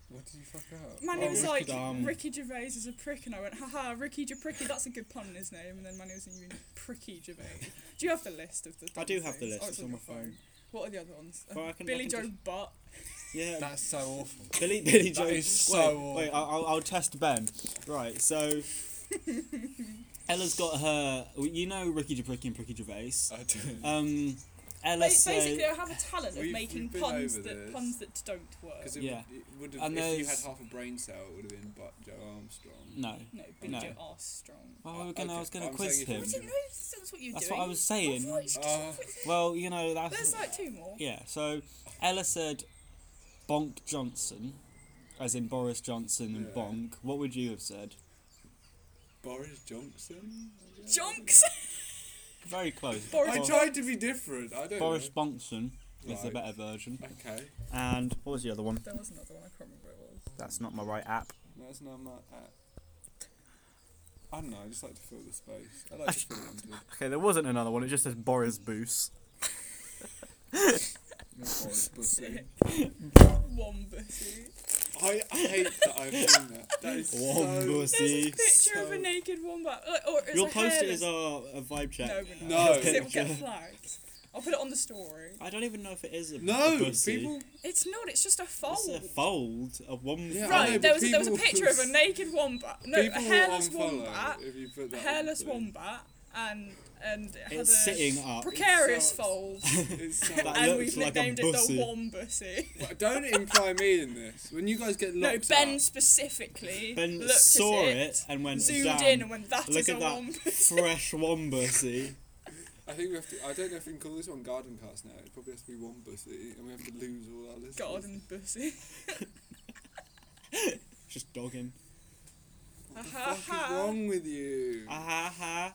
S2: What did you fuck up?
S3: Manny
S1: Oh,
S3: was
S1: Ricky
S3: like,
S1: Dam.
S3: Ricky Gervais is a prick, and I went, haha, Ricky Japricky, that's a good pun in his name. And then Manny was like, you mean Pricky Gervais. Do you have the list of the
S1: I do have the
S3: things?
S1: list,
S3: Oh,
S1: it's on
S3: your
S1: my phone.
S3: What are the other ones? Uh,
S1: Well, I can- I
S3: Billy
S1: can
S3: Joe
S1: just-
S3: Butt.
S1: Yeah,
S2: That's so awful.
S1: Billy Billy
S2: That
S1: Joe.
S2: is
S1: wait,
S2: so
S1: wait, I'll, I'll- I'll test Ben. Right, so Ella's got her. well, You know Ricky Jabricki and Pricky Gervais.
S2: I do.
S1: Um, Ella
S3: Ba- basically,
S1: said
S3: I have a talent of
S2: We've-
S3: making
S2: we've been
S3: puns
S2: over
S3: that
S2: this.
S3: puns that don't work.
S2: Because it,
S1: Yeah.
S2: would, it would have,
S1: And
S2: if you had
S1: there's-
S2: half a brain cell, it would have been but Joe Armstrong.
S1: no.
S3: No, Billy
S1: No.
S3: Joe are strong.
S1: Well, we were
S2: Uh,
S1: gonna, I
S2: okay,
S1: was gonna
S2: I'm
S1: quiz
S2: saying if you-
S1: him.
S3: I didn't know that's what you were
S1: That's
S3: doing.
S1: what I was
S3: I
S1: saying.
S3: thought you just-
S2: Uh,
S1: Well, you know
S3: There's
S1: that's
S3: like two more.
S1: yeah. So Ella said Bonk Johnson, as in Boris Johnson and
S2: Yeah.
S1: Bonk. What would you have said?
S2: Boris Johnson?
S3: Jonks!
S1: Very close.
S3: Boris
S2: I
S1: Bo-
S3: Johnson.
S2: tried to be different. I don't
S1: Boris Bonkson is the
S2: Right.
S1: better version.
S2: know. Okay.
S1: And what was the other one?
S3: there was another one, I can't remember what it was.
S1: That's not my right app.
S2: That's not my app. I don't know, I just like to fill the space. I like to fill it into it.
S1: Okay, there wasn't another one. It just says Boris Boos.
S2: Not Boris Bussy.
S3: Wombussy.
S2: I, I hate that I've done that. That is so...
S3: There's a
S1: Wombussy.
S3: picture of a
S2: so-
S3: naked wombat. Like, or it's
S1: You'll
S3: a
S1: post it as
S3: hairless-
S1: our a vibe check.
S3: No, we're not.
S2: No.
S3: 'cause it will get flagged. I'll put it on the story.
S1: I don't even know if it is a a
S2: No,
S1: bussy.
S2: people...
S3: It's not. It's just a
S1: It's a
S3: fold.
S1: fold, a one.
S2: Yeah, I know,
S3: Right,
S2: but
S3: there was, there was a
S2: people-
S3: picture of a naked wombat. No, a
S2: people will
S3: hairless
S2: unfollow
S3: wombat.
S2: if you put
S3: A
S2: that on
S3: hairless
S2: the
S3: wombat. And, and it had
S1: It's
S3: a
S1: sitting up.
S3: precarious
S2: It sounds-
S3: fold.
S2: thing. It's so...
S1: That
S3: and
S1: looks
S3: we've
S1: like a
S3: nicknamed it the
S1: bussy.
S3: Wombussy.
S2: But Don't imply me in this. When you guys get
S3: No,
S2: locked
S3: Ben
S2: up...
S3: specifically
S1: Ben
S3: looked
S1: saw
S3: at
S1: it,
S3: it,
S1: and went
S3: zoomed
S1: down.
S3: in, and went, "That is
S1: Look
S3: a
S1: at that
S3: wombat."
S1: fresh wombussy.
S2: I think we have to. I don't know if we can call this one garden cast now. It probably has to be one bus, and we have to lose all our listeners.
S3: Garden bussy.
S1: Just dogging.
S2: What the
S3: Ha,
S2: fuck
S3: ha.
S2: is wrong with you?
S1: Ah ha ha.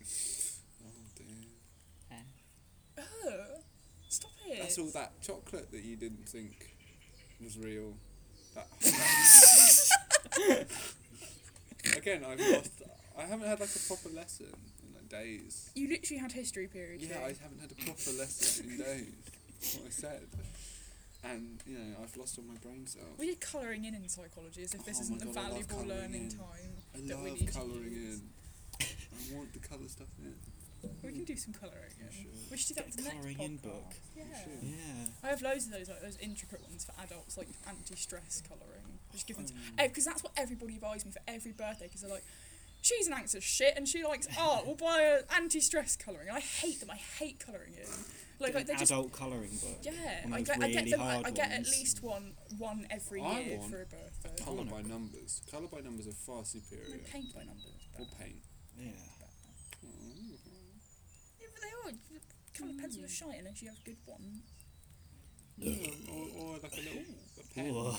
S2: oh dear.
S3: Ugh. Oh, Stop it.
S2: That's all that chocolate that you didn't think was real. That. Again, I've lost. I haven't had like a proper lesson in like days.
S3: You literally had history period.
S2: Yeah, I
S3: today.
S2: haven't had a proper lesson in days. That's what I said. And you know, I've lost all my brain cells.
S3: We did colouring in in psychology as if this
S2: Oh
S3: isn't
S2: my
S3: the
S2: God, I love
S3: valuable
S2: colouring
S3: learning
S2: in.
S3: time
S2: I
S3: that we
S2: love
S3: need to
S2: colouring
S3: use.
S2: in. I want the colour stuff in.
S3: We can do some colouring
S2: You
S3: in.
S2: should.
S3: We should do that
S1: Get
S3: for
S1: a
S3: the next
S1: colouring in
S3: podcast.
S1: book.
S3: Yeah.
S2: should.
S1: Yeah.
S3: I have loads of those, like those intricate ones for adults, like
S2: Um,
S3: Eh, anti-stress colouring. Just give them to because that's what everybody buys me for every birthday. Because they're like, she's an anxious shit and she likes art. We'll buy her anti-stress colouring. And I hate them. I hate colouring in. Like, like they just
S1: adult colouring book.
S3: yeah.
S1: One
S3: I
S1: of those
S3: get, I get
S1: really
S3: them. I,
S1: hard
S3: I get at
S1: ones.
S3: least one one every
S2: I
S3: year
S2: want-
S3: for a birthday.
S2: Colour by numbers. Colour by numbers are far
S3: I
S2: superior.
S3: mean, paint by numbers.
S2: Or
S3: But
S2: paint. Oh,
S1: Yeah.
S3: yeah, but they are. the
S1: Hmm.
S3: Colour pencils are shite unless you have a good one.
S2: or, or like a little a pen.
S1: Ooh.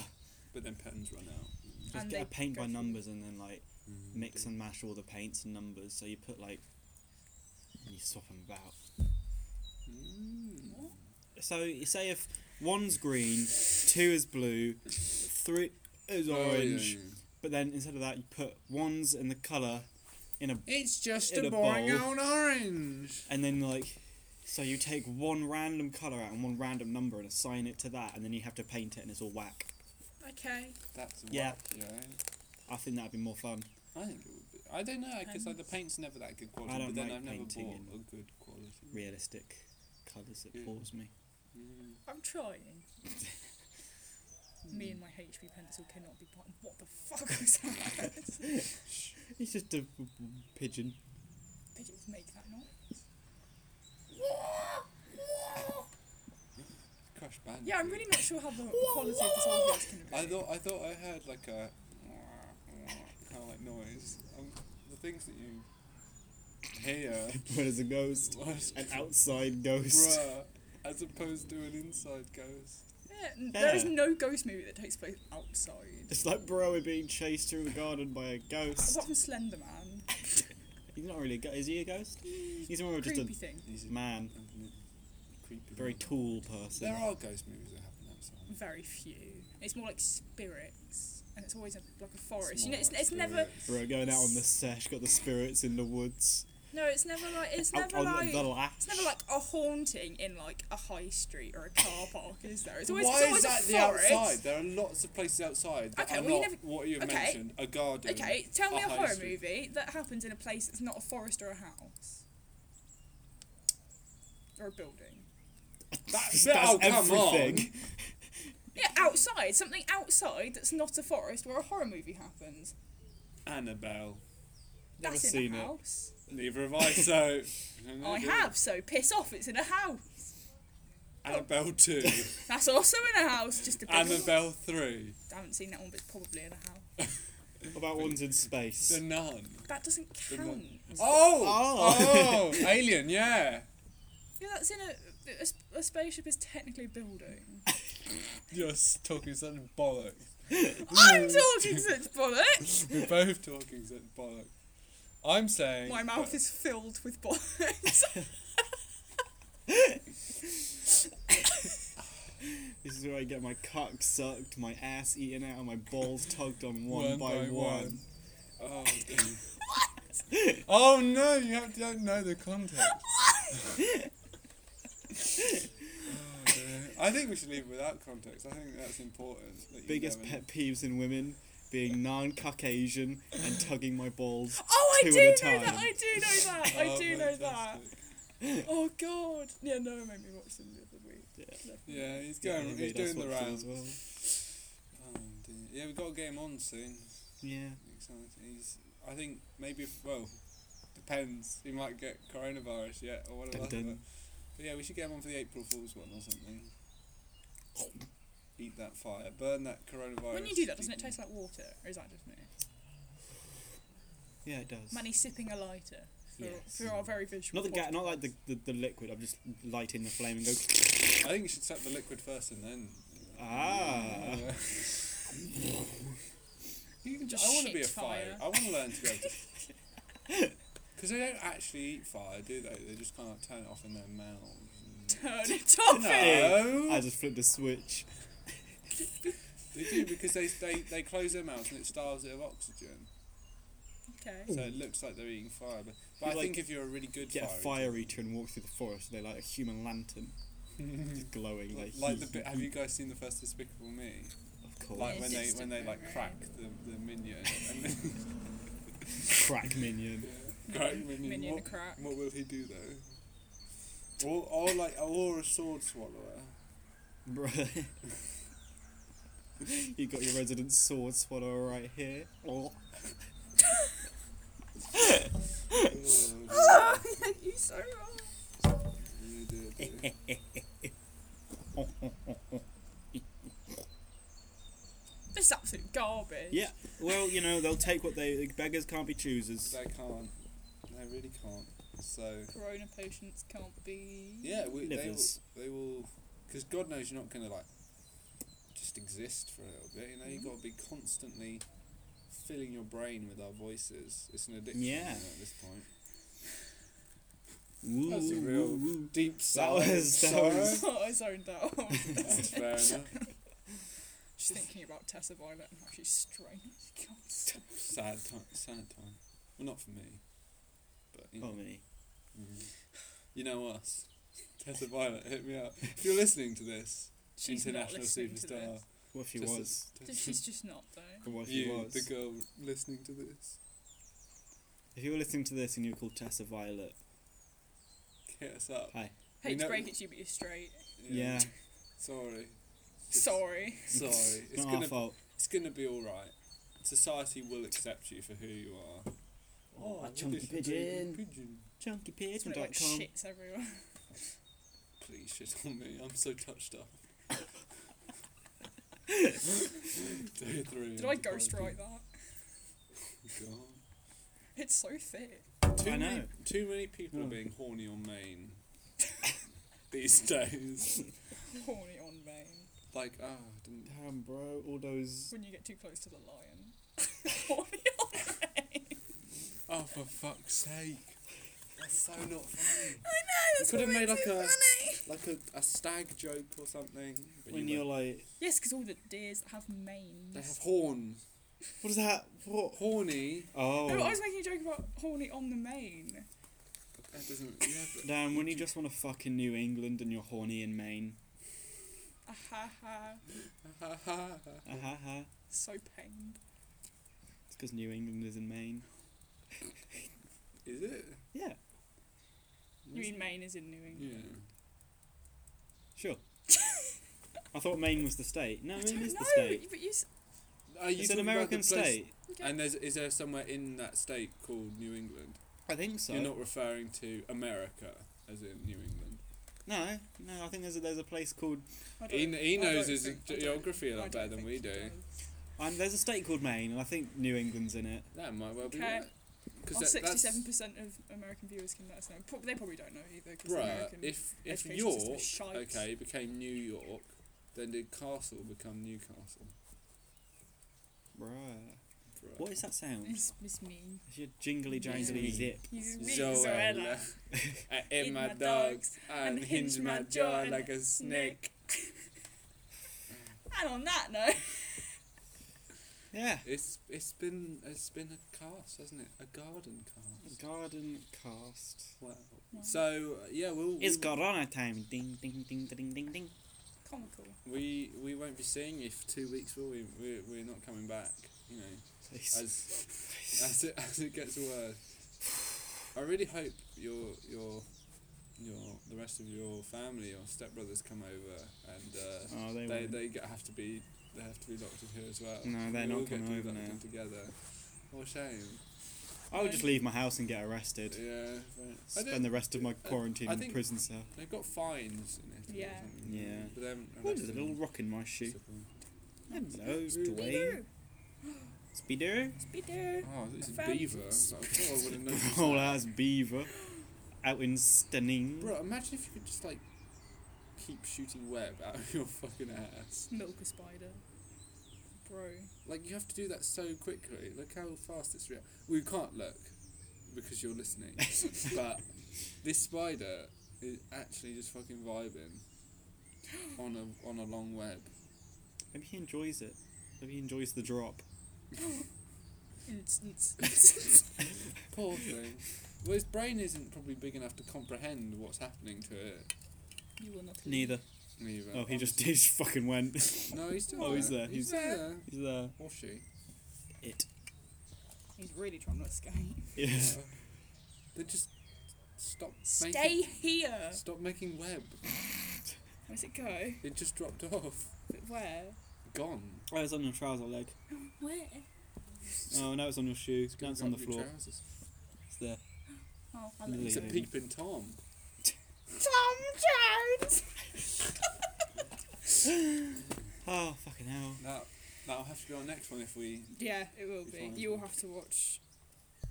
S2: But then pens run out.
S1: Just
S3: And
S1: get
S3: they
S1: a paint
S3: go
S1: by
S3: through-
S1: numbers and then like
S2: Mm.
S1: mix and mash all the paints and numbers. So you put like and you swap them about.
S2: Mm.
S1: So you say if one's green, two is blue, three is
S2: Oh, yeah,
S1: orange,
S2: yeah.
S1: but then instead of that you put ones in the colour in a
S2: It's just
S1: In
S2: a
S1: a
S2: boring
S1: bowl.
S2: old orange.
S1: and then like so you take one random colour out and one random number and assign it to that and then you have to paint it and it's all whack.
S3: Okay.
S2: That's
S1: Yeah.
S2: whack, yeah.
S1: I think that'd be more fun.
S2: I think it would be. I don't know because like the paint's never that good quality.
S1: I don't
S2: but then
S1: like
S2: I've never
S1: painting
S2: bought
S1: in-
S2: a good quality.
S1: Realistic colours it
S2: Yeah.
S1: bores me.
S2: Mm.
S3: I'm trying. Me and my HP pencil cannot be part. What the fuck was that?
S1: It's just a pigeon.
S3: Pigeons make that noise.
S2: Crash Bandicoot.
S3: Yeah, I'm really not sure how the quality of this audio is going to be.
S2: I thought I thought I heard like a kind of like noise. Um, the things that you hear,
S1: Where there's a ghost.
S2: was,
S1: An outside ghost.
S2: bruh, as opposed to an inside ghost.
S3: Yeah, n- There is
S1: Yeah.
S3: no ghost movie that takes place outside.
S1: It's like bro, we're being chased through the garden by a ghost.
S3: Apart from Slender Man.
S1: He's not really a ghost. Is he a ghost? He's more of just
S3: creepy
S1: a
S3: thing.
S2: These are
S1: man,
S2: creepy.
S1: very
S2: ones.
S1: tall person.
S2: There are ghost movies that happen outside.
S3: Very few. It's more like spirits. And it's always a, like a forest.
S2: It's
S3: you
S2: more
S3: know, it's,
S2: like
S3: it's never.
S2: spirits.
S1: Bro, going out on the sesh, got the spirits in the woods.
S3: No, it's never like. It's
S1: Out
S3: never
S1: on
S3: like.
S1: the latch.
S3: It's never like a haunting in like a high street or a car park, is there? It's always,
S2: Why
S3: it's always
S2: is that
S3: a
S2: the
S3: forest.
S2: outside? There are lots of places outside that
S3: Okay,
S2: are
S3: well, you
S2: not
S3: never-
S2: what you have
S3: okay.
S2: mentioned. A garden.
S3: Okay, tell me
S2: a
S3: a,
S2: high
S3: horror
S2: street.
S3: movie that happens in a place that's not a forest or a house. Or a building.
S2: That's, oh, come on.
S3: Yeah, outside. Something outside that's not a forest where a horror movie happens.
S2: Annabelle.
S1: Never
S3: that's
S1: seen
S3: in a
S1: it.
S3: house.
S2: Neither have I, so.
S3: Oh, I have, so piss off, it's in a house.
S2: Annabelle 2.
S3: That's also in a house, just a bit.
S2: Annabelle 3.
S3: I haven't seen that one, but it's probably in a house.
S1: What about ones in space?
S2: The Nun.
S3: That doesn't
S2: The
S3: count.
S2: Nun. Oh!
S1: Oh.
S2: Oh! Alien, yeah.
S3: Yeah, that's in a, a s- a spaceship is technically a building.
S2: You're s- talking such bollocks.
S3: I'm talking such bollocks.
S2: We're both talking such bollocks. I'm saying.
S3: My mouth is filled with bollocks.
S1: This is where I get my cock sucked, my ass eaten out, and my balls tugged on
S2: One
S1: one, by,
S2: by
S1: one.
S2: one. Oh, dear. oh no, you have, don't know the context. Oh, dear. I think we should leave it without context. I think that's important. that you
S1: Biggest
S2: never-
S1: pet peeves in women being non-Caucasian and tugging my balls.
S3: Oh, I
S1: Two
S3: do know
S1: at a
S3: that.
S1: time.
S3: I do know that. I
S2: Oh,
S3: do know that.
S2: fantastic.
S3: Oh God. Yeah, no, it made me watch them the other week. Definitely.
S2: Yeah, he's
S1: Yeah,
S2: going.
S1: anyway,
S2: he's doing the
S1: that's what it
S2: rounds.
S1: is well.
S2: Oh, dear. Yeah, we've got a game on soon.
S1: Yeah.
S2: Exciting. He's, I think maybe if, well, depends. He might get coronavirus yet or whatever.
S1: Dun dun.
S2: But yeah, we should get him on for the April Fool's one or something. Eat that fire, burn that coronavirus.
S3: When you do that, doesn't it taste like water, or is that just me?
S1: Yeah, it does.
S3: Manny sipping a lighter for,
S1: Yes.
S3: for our very
S1: Not
S3: visual.
S1: the ga-
S3: podcast.
S1: not like the, the, the liquid. I'm just lighting the flame and go.
S2: I think you should set the liquid first and then.
S1: Ah.
S2: Yeah. you can
S3: Just
S2: I want to be a
S3: shit
S2: fire.
S3: fire.
S2: I want to learn to be able to. Because they don't actually eat fire, do they? They just kind of turn it off in their mouths.
S3: Turn it off.
S2: No.
S1: I just flipped a switch.
S2: They do because they, they they close their mouth and it starves it of oxygen,
S3: Okay.
S2: so it looks like they're eating fire. But, but
S1: You,
S2: I
S1: like,
S2: think if you're a really good
S1: Get a
S2: fire,
S1: fire eater and walk through the forest. They light a human lantern, just glowing like.
S2: eater- like the
S1: heat.
S2: bit. Have you guys seen the first Despicable Me?
S1: Of course.
S2: Like
S3: Yeah,
S2: when
S3: it's
S2: they
S3: just
S2: when
S3: a
S2: they like
S3: bit
S2: crack
S3: red.
S2: the the minion and then
S1: crack minion.
S2: crack minion.
S3: Minion
S2: what,
S3: crack.
S2: What will he do though? Or or like or a sword swallower.
S1: Bruh. you got your resident sword swallower right here. Oh.
S3: You're so wrong. This is absolute garbage.
S1: Yeah. Well, you know they'll take what they beggars can't be choosers.
S2: I can't. I really can't. So
S3: Corona patients can't be.
S2: yeah, we, they will.
S1: Livers.
S2: They will. Because God knows you're not gonna like just exist for a little bit. You know,
S1: Mm-hmm.
S2: you've got to be constantly filling your brain with our voices. It's an addiction.
S1: Yeah.
S2: you know, at this point.
S1: Woo,
S3: That's a
S1: woo,
S2: real-
S1: woo.
S2: Deep sigh.
S1: was- that
S2: sorrow.
S1: was-
S3: Oh, I zoned out.
S2: That's fair enough.
S3: Just thinking about Tessa Violet and how she's strange. God, so-
S2: Sad time. Sad time. Well, not for me. But you know, Mm-hmm.
S1: Oh me.
S2: you know us. Tessa Violet, hit me up. If you're listening to this,
S3: She's not
S2: international
S3: listening to
S2: superstar.
S3: this.
S1: Well, she was.
S2: Just as-
S3: Th- She's just not though.
S1: Or what she
S2: you,
S1: was.
S2: the girl listening to this.
S1: If you were listening to this and you were called Tessa Violet,
S2: Hit us up.
S1: hi.
S3: Hate
S2: You
S3: to
S2: know-
S3: break it to you, but you're straight.
S1: Yeah.
S2: Sorry. Just-
S3: Sorry.
S2: Sorry.
S1: It's
S2: It's
S1: not our
S2: gonna
S1: fault.
S2: it's gonna be all right. Society will accept you for who you are.
S1: Oh, a
S2: look
S1: chunky
S2: at your baby
S1: pigeon.
S2: Pigeon.
S3: It's really,
S1: ChunkyPigeon.com.
S3: like shits everywhere.
S2: Please shit on me. I'm so touched up. Day three.
S3: Did I ghost write that?
S2: God.
S3: It's so thick.
S2: Too
S1: I
S2: many,
S1: know. Hmm.
S2: too many people
S1: No.
S2: are being horny on Maine these days.
S3: Horny on main.
S2: Like, ah, I didn't.
S1: Damn, bro, all those.
S3: When you get too close to the lion. Horny on main.
S2: Oh, for fuck's sake! That's so not funny.
S3: I know. That's
S2: could have
S3: why
S2: made
S3: it's
S2: like
S3: so
S2: a-
S3: funny.
S2: Like a, a stag joke or something. but
S1: When
S2: you
S1: you're
S2: went-
S1: like,
S3: Yes, because all the deers have manes.
S2: they have horns.
S1: what is that? What?
S2: Horny.
S1: Oh.
S3: No, but I was making a joke about horny on the main.
S2: That doesn't. Yeah, but
S1: Damn, when you just want to fuck in New England and you're horny in Maine.
S3: Ah, ha ha.
S2: ha ha ha.
S1: Ah, ha ha.
S3: So pained.
S1: It's because New England is in Maine.
S2: Is it?
S1: Yeah,
S3: You mean Maine is in New
S2: Yeah.
S3: England?
S1: sure. I thought Maine was the state. No,
S3: I
S1: Maine
S3: don't
S1: is
S3: know,
S1: the state.
S3: but you. s-
S2: Are you
S1: It's an
S2: talking about
S1: American
S2: the place-
S1: state.
S3: Okay.
S2: And there's is there somewhere in that state called New England?
S1: I think so.
S2: You're not referring to America as in New England.
S1: No, no, I think there's a, there's a place called.
S3: I don't-
S2: He, he
S3: I
S2: knows
S3: don't
S2: his
S3: think- I don't-
S2: geography a
S3: I
S2: lot
S3: don't
S2: better than
S3: think
S2: we
S3: she
S2: do.
S3: does.
S1: Um, there's a state called Maine, and I think New England's in it.
S2: That might well be right.
S3: Okay. Our
S2: that- that's-
S3: Oh, sixty-seven percent of American viewers can let us know. Pro- they probably don't know either. Because
S2: Bruh,
S3: American
S2: if if
S3: education system is
S2: York
S3: shite.
S2: okay became New York, then did Castle become Newcastle?
S1: Right.
S2: Bruh.
S1: What is that sound?
S3: It's, it's me.
S1: It's your jingly jangly
S2: Yeah.
S1: zip.
S3: He's me,
S2: Zoella,
S3: Zoella.
S2: I am my dogs and hinge my jaw like a snake.
S3: And on that note,
S1: Yeah.
S2: It's it's been it's been a cast, hasn't it? A garden cast.
S1: Garden cast.
S2: Wow. So yeah, we'll
S1: It's
S2: we-
S1: Corona time. Ding, ding, ding, ding, ding, ding.
S3: comical.
S2: We we won't be seeing you for two weeks, will we? We're, we're not coming back. You know.
S1: Please.
S2: as as it as it gets worse. I really hope your your your the rest of your family, your stepbrothers come over and uh,
S1: Oh, they,
S2: they
S1: won't.
S2: they get, have to be they have to be locked in here as well.
S1: No, they're
S2: We
S1: not
S2: all get to
S1: coming
S2: be
S1: over
S2: locked in
S1: now.
S2: together. What a shame.
S1: I would just leave my house and get arrested.
S2: Yeah. I don't-
S1: Spend the rest of my quarantine
S2: I
S1: in
S2: think-
S1: prison cell.
S2: They've got fines in it.
S3: Yeah.
S1: Yeah.
S2: But then
S1: What is a little rock in my shoe? Hello, Dwayne.
S3: Speedo.
S1: Speeder?
S3: Speedo.
S2: Oh, this is
S3: Found-
S2: beaver. I thought I would have noticed.
S1: Whole
S2: that.
S1: ass Oh, beaver out in Stunning.
S2: Bro, imagine if you could just like keep shooting web out of your fucking ass.
S3: Milk a spider. Bro.
S2: Like you have to do that so quickly. Look how fast it's react. We can't look because you're listening. but this spider is actually just fucking vibing on a on a long web.
S1: Maybe he enjoys it. Maybe he enjoys the drop.
S3: Instance.
S2: Poor thing. Well, his brain isn't probably big enough to comprehend what's happening to it.
S3: you will not.
S1: Neither.
S2: Neither.
S1: Oh, he just, he just fucking went. He's
S2: No, he's still.
S1: Oh,
S2: there.
S1: he's there.
S2: He's,
S1: He's-
S2: there.
S1: there.
S2: Or she.
S1: It.
S3: He's really trying to escape.
S1: Yeah.
S2: They just stop.
S3: Stay
S2: Making,
S3: here.
S2: stop making web.
S3: Where's it go?
S2: It just dropped off.
S3: But where?
S2: Gone.
S1: Oh, it's on your trouser leg.
S3: Where?
S1: Oh, now it's on your shoe. Now
S2: Gonna
S1: it's on the
S2: drop your
S1: floor.
S2: trousers.
S1: It's there.
S3: Oh, I love
S2: It's a
S1: Leaving.
S2: peeping Tom.
S3: Tom Jones!
S1: Oh fucking hell!
S2: That that'll have to be our next one if we.
S3: Yeah, it will be.
S2: Fine.
S3: You will have to watch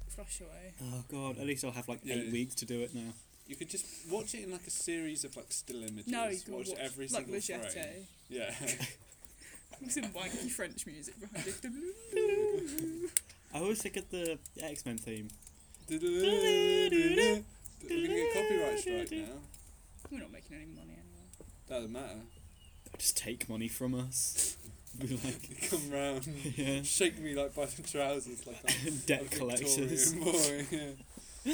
S3: Flush Away.
S1: Oh god! At least I'll have like
S2: Yeah,
S1: eight
S2: yeah.
S1: weeks to do it now.
S2: You could just watch it in like a series of like still images.
S3: No, you can
S2: watch,
S3: watch,
S2: every
S3: like
S2: single frame.
S3: Machete.
S2: Yeah.
S3: With some wanky French music behind it.
S1: I always think of the X Men theme.
S2: We're gonna get copyright strike now.
S3: We're not making any money anyway.
S2: Doesn't matter.
S1: They'll just take money from us. We like
S2: Come round.
S1: yeah,
S2: Shake me like by the trousers like that.
S1: debt collectors.
S2: Boy, yeah.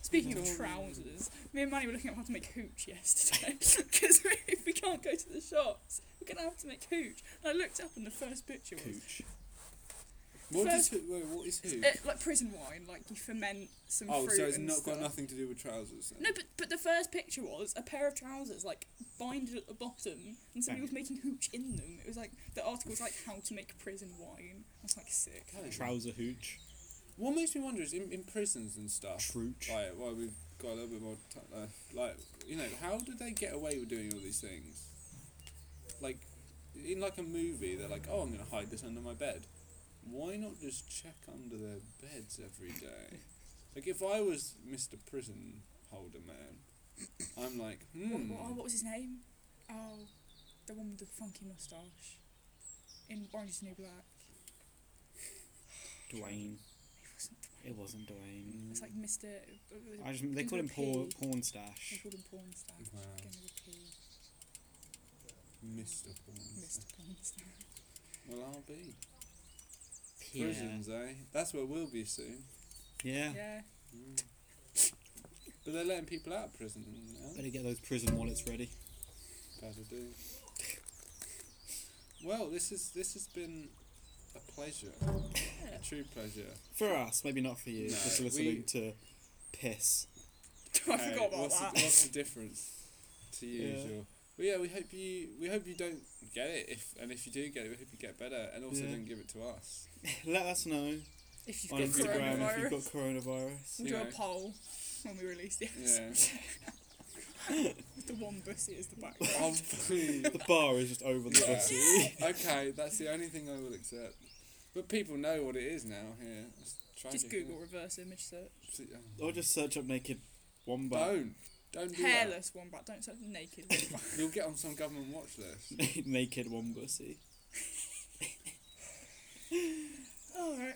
S3: Speaking of
S2: Glory.
S3: trousers, me and Manny were looking at how to make hooch yesterday because we, if we can't go to the shops, we're gonna have to make hooch. And I looked up and the first picture was
S1: Cooch.
S2: What is
S3: First-
S2: who? Wait, what is who?
S3: uh, like prison wine, like you ferment some
S2: Oh,
S3: fruit
S2: so it's
S3: and
S2: not
S3: stuff.
S2: got nothing to do with trousers. Then.
S3: No, but but the first picture was a pair of trousers like binded at the bottom, and somebody was making hooch in them. It was like the article was like how to make prison wine. I was like sick.
S2: Okay.
S1: Trouser hooch.
S2: What makes me wonder is in, in prisons and stuff.
S1: Trooch.
S2: Like, well, we've got a little bit more time left. Like, you know, how do they get away with doing all these things? Like, in like a movie, they're like, oh, I'm gonna hide this under my bed. Why not just check under their beds every day? Like, if I was Mr. Prison Holder Man, I'm like,
S3: What,
S2: hmm.
S3: what, oh, what was his name? Oh, the one with the funky mustache in Orange is the New Black.
S1: Dwayne.
S3: He wasn't. the one.
S1: It wasn't Dwayne.
S3: It's like Mr.
S1: I just, they
S3: Begins
S1: call him
S3: with a
S1: porn,
S3: P.
S1: porn
S3: They
S1: stash.
S3: called him porn star.
S2: Wow.
S3: Begins with a P.
S2: Mr. Prison.
S3: Mr. Porn star.
S2: Well, I'll be. Prisons, eh? That's where we'll be soon.
S1: Yeah.
S3: Yeah.
S2: Mm. but they're letting people out of prison now.
S1: Better get those prison wallets ready.
S2: Better do. Well, this is this has been a pleasure, a true pleasure.
S1: For us, maybe not for you.
S2: No,
S1: just
S2: we-
S1: listening to piss.
S3: I
S2: Hey,
S3: forgot about
S2: what's
S3: that.
S2: The, what's the difference to you
S1: Yeah.
S2: as your? Well, yeah, we hope you we hope you don't get it. If and if you do get it, we hope you get better, and also
S1: Yeah.
S2: don't give it to us.
S1: Let us know
S3: if you've
S1: on
S3: got
S1: Instagram if
S3: coronavirus,
S1: you've got coronavirus.
S3: we'll do
S2: Yeah.
S3: a poll when we release the episode.
S2: Yeah.
S3: With the one bussy as the background.
S2: oh please.
S1: The bar is just over the
S2: Yeah.
S1: pussy.
S2: Okay, that's the only thing I will accept. But people know what it is now. Here, It's
S3: Just
S2: tragic,
S3: Google reverse image search.
S2: isn't it?
S1: or just search up naked wombat.
S2: Don't. uh, Don't do that.
S3: Hairless one back, don't search naked one back.
S2: You'll get on some government watch list.
S1: naked wombussy.
S3: Alright.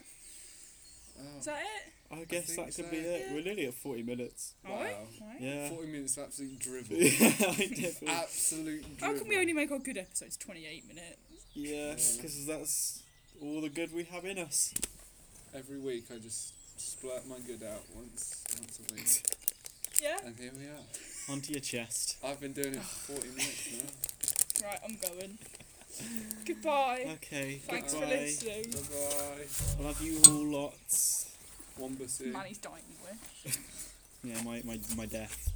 S2: Oh,
S3: Is that it?
S1: I guess
S2: think
S1: that could
S2: so.
S1: be it.
S3: Yeah.
S1: We're nearly at 40 minutes.
S3: Are we?
S2: Wow.
S3: Right.
S1: Yeah.
S2: 40 minutes of absolute drivel.
S1: I definitely-
S2: Absolute drivel.
S3: How can we only make our good episodes 28 minutes?
S1: yeah, because that's all the good we have in us.
S2: Every week I just splurt my good out once once a week.
S3: Yeah?
S2: And here we are.
S1: Onto your chest.
S2: I've been doing it for 40 minutes now.
S3: Right, I'm going. Goodbye.
S1: Okay.
S3: Thanks
S1: goodbye.
S3: for listening.
S2: Bye-bye.
S1: I love you all lots.
S2: Wombacy.
S3: Manny's dying with.
S1: Yeah, my, my, my death.